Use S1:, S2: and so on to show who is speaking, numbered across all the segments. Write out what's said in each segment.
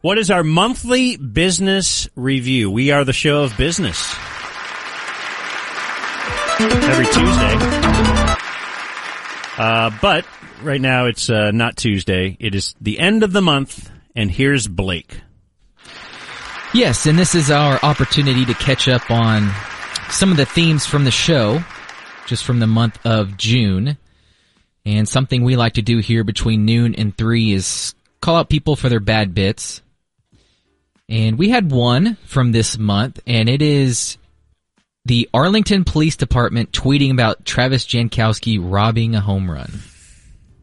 S1: What is our monthly business review? We are the show of business. Every Tuesday. Uh, but right now it's uh, not Tuesday. It is the end of the month, and here's Blake.
S2: Yes, and this is our opportunity to catch up on some of the themes from the show, just from the month of June. And something we like to do here between noon and three is call out people for their bad bits. And we had one from this month, and it is the Arlington Police Department tweeting about Travis Jankowski robbing a home run.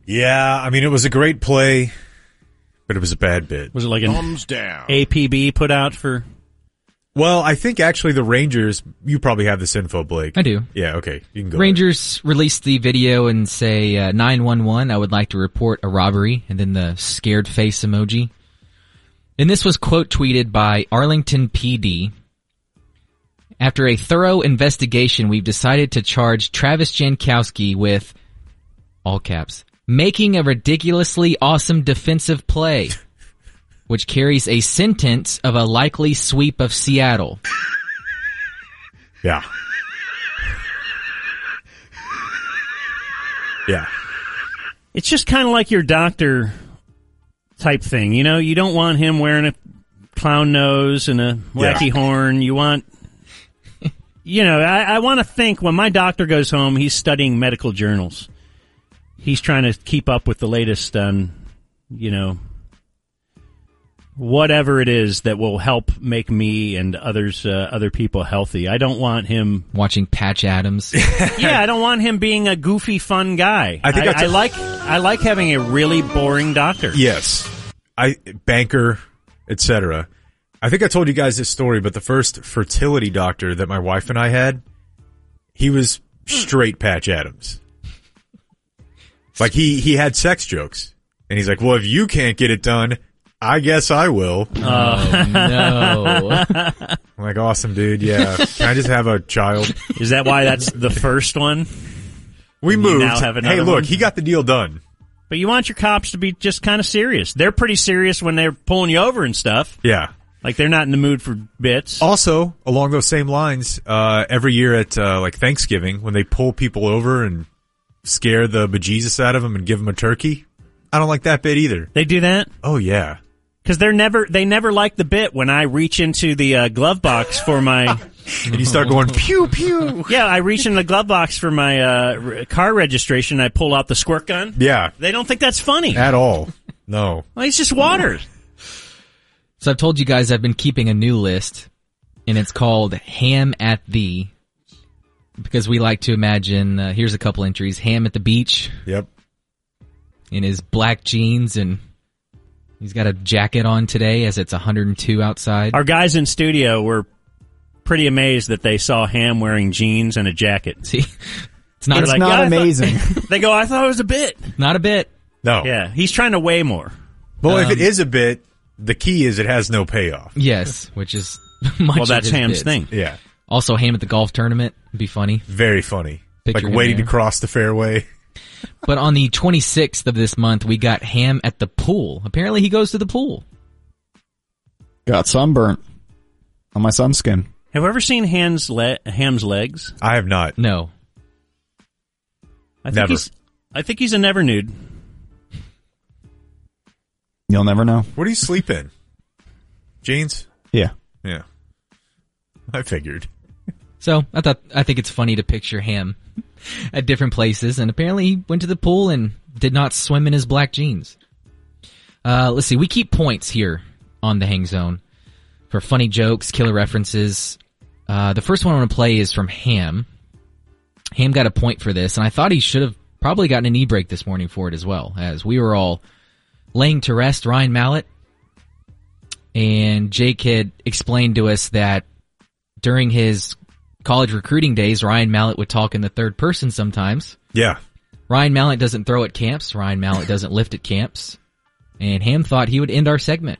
S3: Yeah, I mean, it was a great play, but it was a bad bit.
S1: Was it like an
S4: Thumbs down.
S1: APB put out for?
S3: Well, I think actually the Rangers, you probably have this info, Blake.
S2: I do.
S3: Yeah, okay. You can go.
S2: Rangers released the video and say uh, 911. I would like to report a robbery, and then the scared face emoji. And this was quote tweeted by Arlington PD. After a thorough investigation, we've decided to charge Travis Jankowski with all caps making a ridiculously awesome defensive play, which carries a sentence of a likely sweep of Seattle.
S3: Yeah. Yeah.
S1: It's just kind of like your doctor type thing. You know, you don't want him wearing a clown nose and a wacky
S3: Yeah.
S1: horn. You want, you know, I, I want to think when my doctor goes home, he's studying medical journals. He's trying to keep up with the latest on, you know, whatever it is that will help make me and others, uh, other people healthy. I don't want him
S2: Watching Patch Adams.
S1: yeah, I don't want him being a goofy, fun guy. I
S3: I think
S1: I,
S3: that's a-
S1: like I like having a really boring doctor.
S3: Yes. I banker, etc. I think I told you guys this story, but the first fertility doctor that my wife and I had, he was straight Patch Adams. Like he he had sex jokes, and he's like, "Well, if you can't get it done, I guess I will."
S2: Oh, no.
S3: I'm like, "Awesome, dude. Yeah, can I just have a child?"
S1: Is that why that's the first one?
S3: We
S1: And you
S3: moved.
S1: now have
S3: hey,
S1: another
S3: look,
S1: one?
S3: he got the deal done.
S1: But you want your cops to be just kind of serious. They're pretty serious when they're pulling you over and stuff.
S3: Yeah.
S1: Like they're not in the mood for bits.
S3: Also, along those same lines, uh, every year at uh, like Thanksgiving, when they pull people over and scare the bejesus out of them and give them a turkey, I don't like that bit either.
S1: They do that
S3: Oh yeah,
S1: because they're never they never like the bit when I reach into the uh, glove box for my
S3: and you start going pew pew.
S1: yeah I reach in the glove box for my uh, r- car registration. and I pull out the squirt gun.
S3: Yeah,
S1: They don't think that's funny.
S3: at all. No.
S1: Well, it's just water.
S2: So I've told you guys I've been keeping a new list, and it's called Ham at the, because we like to imagine. Uh, here's a couple entries: Ham at the beach
S3: Yep.
S2: in his black jeans, and he's got a jacket on today as it's 102 outside.
S1: Our guys in studio were pretty amazed that they saw Ham wearing jeans and a jacket.
S2: See, it's not
S1: They're
S2: a,
S1: like,
S5: not
S1: "Yeah, I thought-"
S5: amazing.
S1: they go, I thought it was a bit.
S2: not a bit. Oh.
S3: No.
S1: Yeah, he's trying to weigh more.
S3: Well, if
S2: Um,
S3: it is a bit, the key is it has no payoff.
S2: Yes, which is much.
S1: Well,
S2: of
S1: that's
S2: his
S1: Ham's
S2: bits.
S1: thing.
S3: Yeah.
S2: Also, Ham at the golf tournament would be funny.
S3: Very funny.
S2: Picture
S3: like
S2: him
S3: waiting to
S2: there.
S3: cross the fairway.
S2: But on the 26th of this month, we got Ham at the pool. Apparently, he goes to the pool.
S5: Got sunburnt on my sunskin.
S1: Have you ever seen Ham's, le- Ham's legs?
S3: I have not.
S2: No,
S1: I think
S3: Never.
S1: He's, I think he's a never nude.
S5: You'll never know.
S3: What do you sleep in? Jeans.
S5: Yeah.
S3: Yeah. I figured.
S2: So I thought I think it's funny to picture him at different places, and apparently he went to the pool and did not swim in his black jeans. Uh, let's see, we keep points here on the Hang Zone for funny jokes, killer references. Uh, the first one I want to play is from Ham. Ham got a point for this, and I thought he should have probably gotten an e break this morning for it as well, as we were all laying to rest Ryan Mallett. And Jake had explained to us that during his college recruiting days, Ryan Mallett would talk in the third person sometimes.
S3: Yeah.
S2: Ryan Mallett doesn't throw at camps. Ryan Mallett doesn't lift at camps. And Ham thought he would end our segment.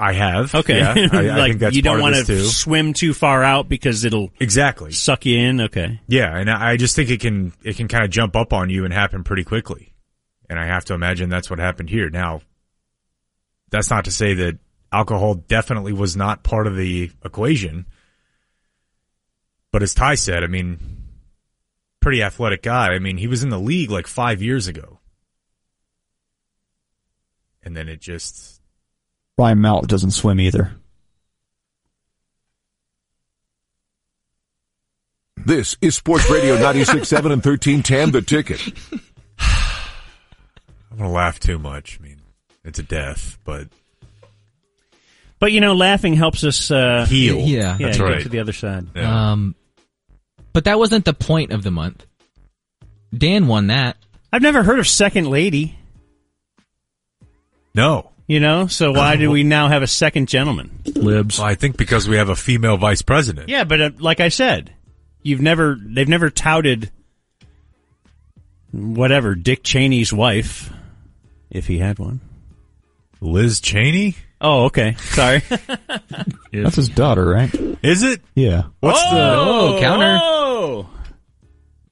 S3: I have.
S1: Okay.
S3: Yeah, I, I
S1: like,
S3: think that's
S1: you don't
S3: part
S1: wanna
S3: of this, too.
S1: swim too far out because it'll
S3: Exactly.
S1: suck you in. Okay.
S3: Yeah, and I I just think it can it can kind of jump up on you and happen pretty quickly. And I have to imagine that's what happened here. Now, that's not to say that alcohol definitely was not part of the equation. But as Ty said, I mean, pretty athletic guy. I mean, he was in the league like five years ago. And then it just,
S5: Ryan Mount doesn't swim either.
S4: This is Sports Radio 96.7 and 1310 The Ticket.
S3: I'm going to laugh too much. I mean, it's a death, but
S1: But you know, laughing helps us uh,
S3: heal.
S2: Yeah.
S1: yeah,
S3: That's
S1: get
S3: right.
S1: to the other side.
S3: Yeah.
S2: Um, but that wasn't the point of the month. Dan won that.
S1: I've never heard of second lady.
S3: no.
S1: You know, so
S3: Uh,
S1: why do we now have a second gentleman?
S3: Well, I think because we have a female vice president.
S1: Yeah, but uh, like I said, you've never they've never touted whatever Dick Cheney's wife, if he had one.
S3: Liz Cheney?
S1: Oh, okay. Sorry.
S5: That's his daughter, right?
S3: Is it?
S5: Yeah.
S3: What's
S2: Oh, counter.
S1: Oh.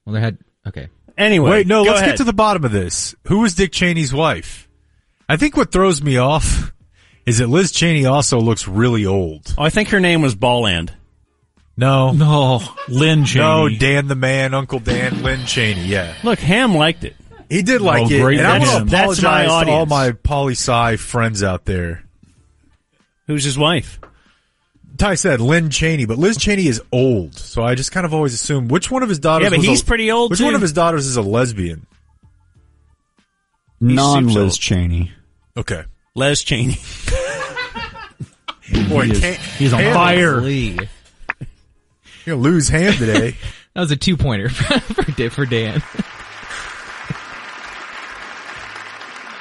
S2: Well, there had okay.
S1: Anyway,
S3: Wait, no,
S1: go
S3: let's
S1: ahead.
S3: get to the bottom of this. Who was Dick Cheney's wife? I think what throws me off is that Liz Cheney also looks really old.
S1: Oh, I think her name was Balland.
S3: No.
S6: No, Lynn Cheney.
S3: No, Dan the man, Uncle Dan, Lynn Cheney, yeah.
S1: Look, Ham liked it.
S3: He did like
S6: Oh,
S3: it.
S6: great
S3: And I
S6: for
S3: want
S6: him.
S3: to
S1: That's
S3: apologize
S1: my
S3: to all
S1: audience.
S3: my poli sci friends out there.
S1: Who's his wife?
S3: Ty said Lynn Cheney, but Liz Cheney is old, so I just kind of always assume which one of his daughters.
S1: Yeah, but
S3: was
S1: he's
S3: a-
S1: pretty old,
S3: Which
S1: too.
S3: one of his daughters is a lesbian?
S5: Non
S3: super
S5: Liz
S3: old.
S5: Cheney.
S3: Okay,
S1: Les Cheney.
S3: boy,
S6: He is-
S3: can't,
S6: he's on
S3: Ham-
S6: fire.
S2: Lee.
S3: You're gonna lose hand today.
S2: That was a two pointer for Da- for Dan.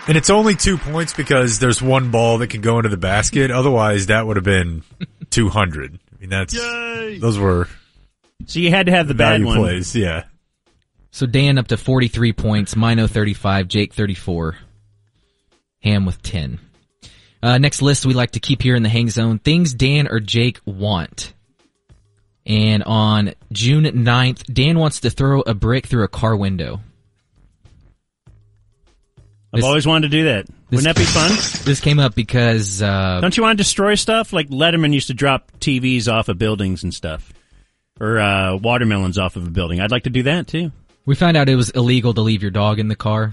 S3: And it's only two points because there's one ball that can go into the basket. Otherwise, that would have been 200. I mean, that's those were
S1: So you had to have the bad
S3: value
S1: one.
S3: plays. Yeah,
S2: So Dan up to forty three points, Mino thirty five, Jake thirty four, Ham with ten. Uh, next list we like to keep here in the hang zone: things Dan or Jake want. And on June 9th, Dan wants to throw a brick through a car window.
S1: I've
S2: This-
S1: always wanted to do that. Wouldn't that be fun?
S2: This came up because uh,
S1: Don't you want to destroy stuff? Like Letterman used to drop TVs off of buildings and stuff, or uh, watermelons off of a building. I'd like to do that too.
S2: we found out it was illegal to leave your dog in the car.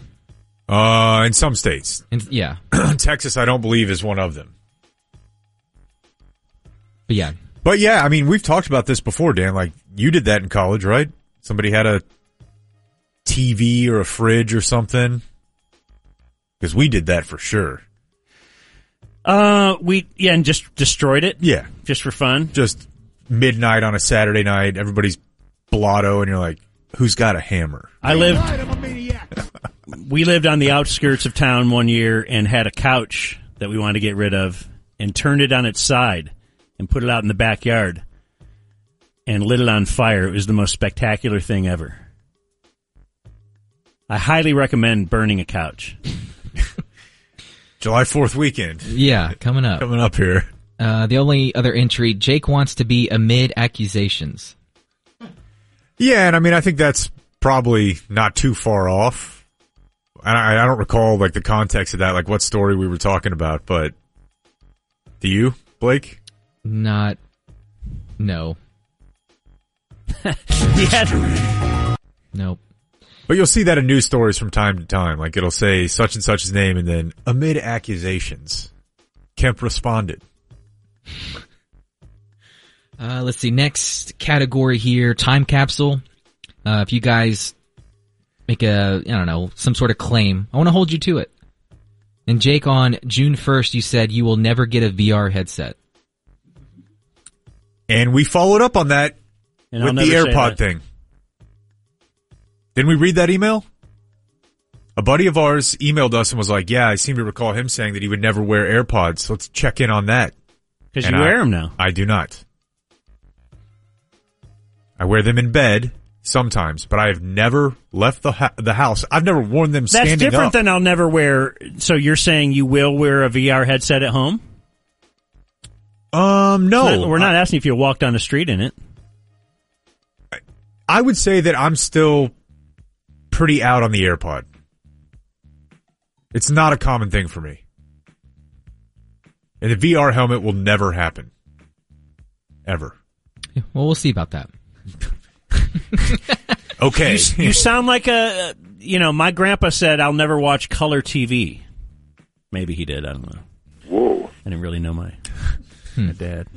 S3: uh, in some states,
S2: And yeah,
S3: Texas, I don't believe is one of them.
S2: but yeah,
S3: But yeah, I mean, we've talked about this before, Dan. Like you did that in college, right? Somebody had a TV or a fridge or something. Because we did that for sure.
S1: Uh, we yeah, and just destroyed it
S3: Yeah,
S1: just for fun.
S3: just midnight on a Saturday night, everybody's blotto, and you're like, "Who's got a hammer?"
S1: I lived. we lived on the outskirts of town one year and had a couch that we wanted to get rid of and turned it on its side and put it out in the backyard and lit it on fire. It was the most spectacular thing ever. I highly recommend burning a couch.
S3: July Fourth weekend.
S2: yeah, coming up.
S3: coming up here.
S2: Uh, the only other entry, Jake wants to be amid accusations.
S3: Yeah, and I mean, I think that's probably not too far off. And I, I don't recall like the context of that, like what story we were talking about, but do you, Blake?
S2: Not, no,
S1: Yeah.
S2: nope.
S3: But you'll see that in news stories from time to time. Like it'll say such and such's name, and then amid accusations, Kemp responded.
S2: Uh, let's see. Next category here, time capsule. Uh, if you guys make a, I don't know, some sort of claim, I want to hold you to it. And Jake, on June 1st, you said you will never get a VR headset.
S3: And we followed up on that
S1: And I'll
S3: with the
S1: never say
S3: AirPod
S1: that.
S3: thing. Didn't we read that email? A buddy of ours emailed us and was like, "Yeah, I seem to recall him saying that he would never wear AirPods. Let's check in on that."
S1: Because
S3: And
S1: you
S3: I-
S1: wear them now.
S3: I do not. I wear them in bed sometimes, but I have never left the ho- the house. I've never worn them
S1: That's
S3: standing
S1: different
S3: up.
S1: than I'll never wear. So you're saying you will wear a VR headset at home?
S3: um, no,
S1: we're not asking if you walk down the street in it.
S3: I would say that I'm still pretty out on the AirPod. It's not a common thing for me. And the VR helmet will never happen. Ever.
S2: Well, we'll see about that.
S3: Okay.
S1: You sound like a, you know, my grandpa said I'll never watch color TV. Maybe he did. I don't know.
S6: Whoa.
S1: I didn't really know my,
S3: Hmm.
S1: my dad.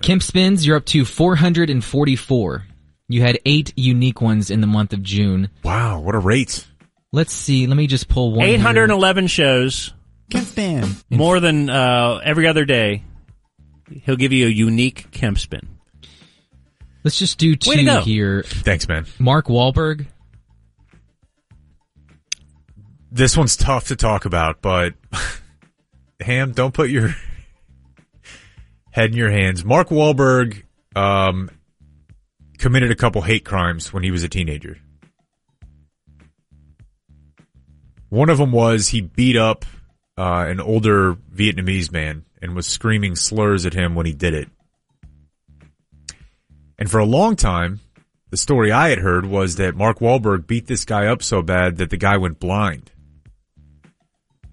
S2: Kemp spins. You're up to 444. You had eight unique ones in the month of June.
S3: wow, what a rate.
S2: Let's see. Let me just pull one. here.
S1: 811 shows,
S5: Kempin.
S1: more than uh, every other day. He'll give you a unique Kemp spin.
S2: Let's just do
S1: Way to
S2: two
S1: go.
S2: here.
S3: Thanks, man.
S2: Mark Wahlberg.
S3: This one's tough to talk about, but Ham, don't put your head in your hands. Mark Wahlberg um, committed a couple hate crimes when he was a teenager. One of them was he beat up uh, an older Vietnamese man and was screaming slurs at him when he did it. And for a long time, the story I had heard was that Mark Wahlberg beat this guy up so bad that the guy went blind.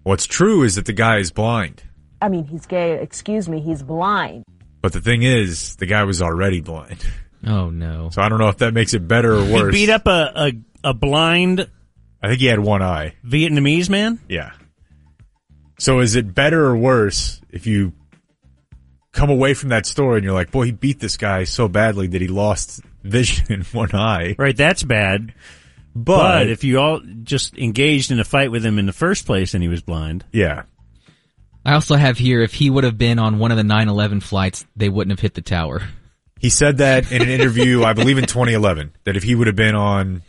S3: What's true is that the guy is blind.
S7: I mean, he's gay. Excuse me, he's blind.
S3: But the thing is, the guy was already blind.
S2: Oh no.
S3: So I don't know if that makes it better or
S1: He
S3: worse.
S1: beat up a, a, a blind
S3: I think he had one eye.
S1: Vietnamese man.
S3: Yeah. So is it better or worse if you come away from that story and you're like, boy, he beat this guy so badly that he lost vision in one eye.
S1: Right, that's bad. But, if you all just engaged in a fight with him in the first place and he was blind,
S3: yeah.
S2: I also have here if he would have been on one of the 9/11 flights, they wouldn't have hit the tower.
S3: He said that in an interview, I believe in 2011, that if he would have been on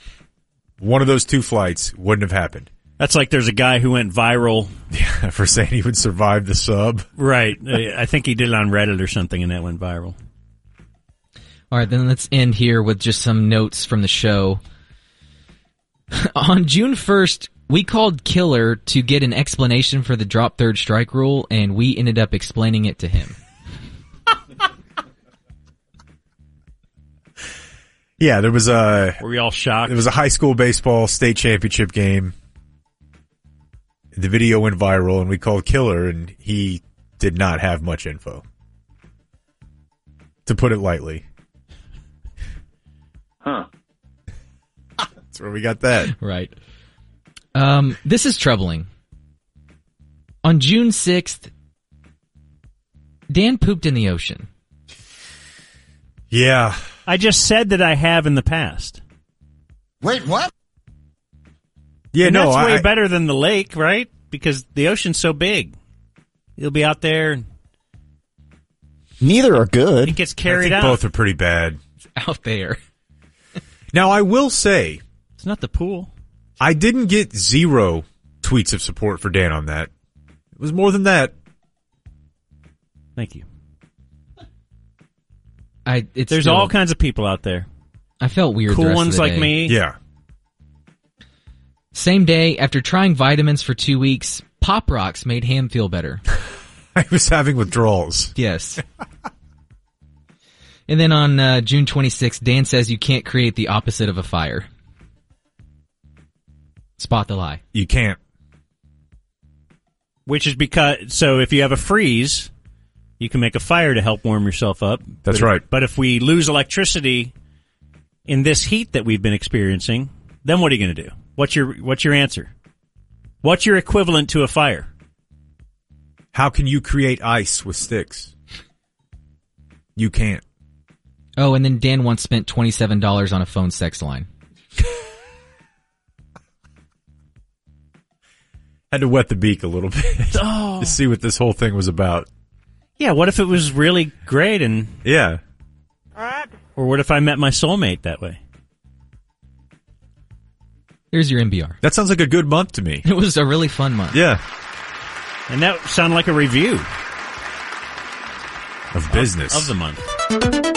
S3: one of those two flights, wouldn't have happened.
S1: that's like there's a guy who went viral.
S3: For saying he would survive the sub.
S1: Right, I I think he did it on Reddit or something, and that went viral.
S2: All right, then let's end here with just some notes from the show. On June 1st, we called Killer to get an explanation for the drop third strike rule, and we ended up explaining it to him.
S3: Yeah, there was a
S1: Were we all shocked?
S3: It was a high school baseball state championship game. The video went viral, and we called Killer, and he did not have much info. To put it lightly.
S6: Huh.
S3: That's where we got that.
S2: Right. Um, this is troubling. On June 6th, Dan pooped in the ocean.
S3: Yeah.
S1: I just said that I have in the past.
S3: Yeah,
S1: and
S3: no,
S1: that's way
S3: I,
S1: better than the lake, right? Because the ocean's so big. You'll be out there and
S5: Neither are
S1: it
S5: good.
S1: gets
S3: I
S1: carried
S3: think
S1: out.
S3: both are pretty bad.
S2: Out there.
S3: Now, I will say,
S1: It's not the pool.
S3: I didn't get zero tweets of support for Dan on that. It was more than that.
S1: Thank you.
S2: I, it's
S1: There's
S2: still-
S1: all kinds of people out there.
S2: I felt weird. the
S1: cool
S2: rest of
S1: ones
S2: the
S1: like
S2: day.
S1: me.
S3: Yeah.
S2: Same day, after trying vitamins for two weeks, Pop Rocks made Ham feel better.
S3: I was having withdrawals.
S2: Yes. and then on uh, June 26th, Dan says you can't create the opposite of a fire. Spot the lie.
S3: You can't.
S1: Which is because so if you have a freeze, you can make a fire to help warm yourself up.
S3: That's
S1: But-
S3: right.
S1: But if we lose electricity in this heat that we've been experiencing, then what are you going to do? What's your what's your answer? What's your equivalent to a fire?
S3: How can you create ice with sticks? You can't.
S2: Oh, and then Dan once spent $27 on a phone sex line.
S3: Had to wet the beak a little bit to see what this whole thing was about.
S1: Yeah, what if it was really great and
S3: Yeah.
S1: or what if I met my soulmate that way?
S2: Here's your MBR.
S3: That sounds like a good month to me.
S2: It was a really fun month.
S3: Yeah.
S1: And that sounded like a review
S3: Of business.
S1: of the month.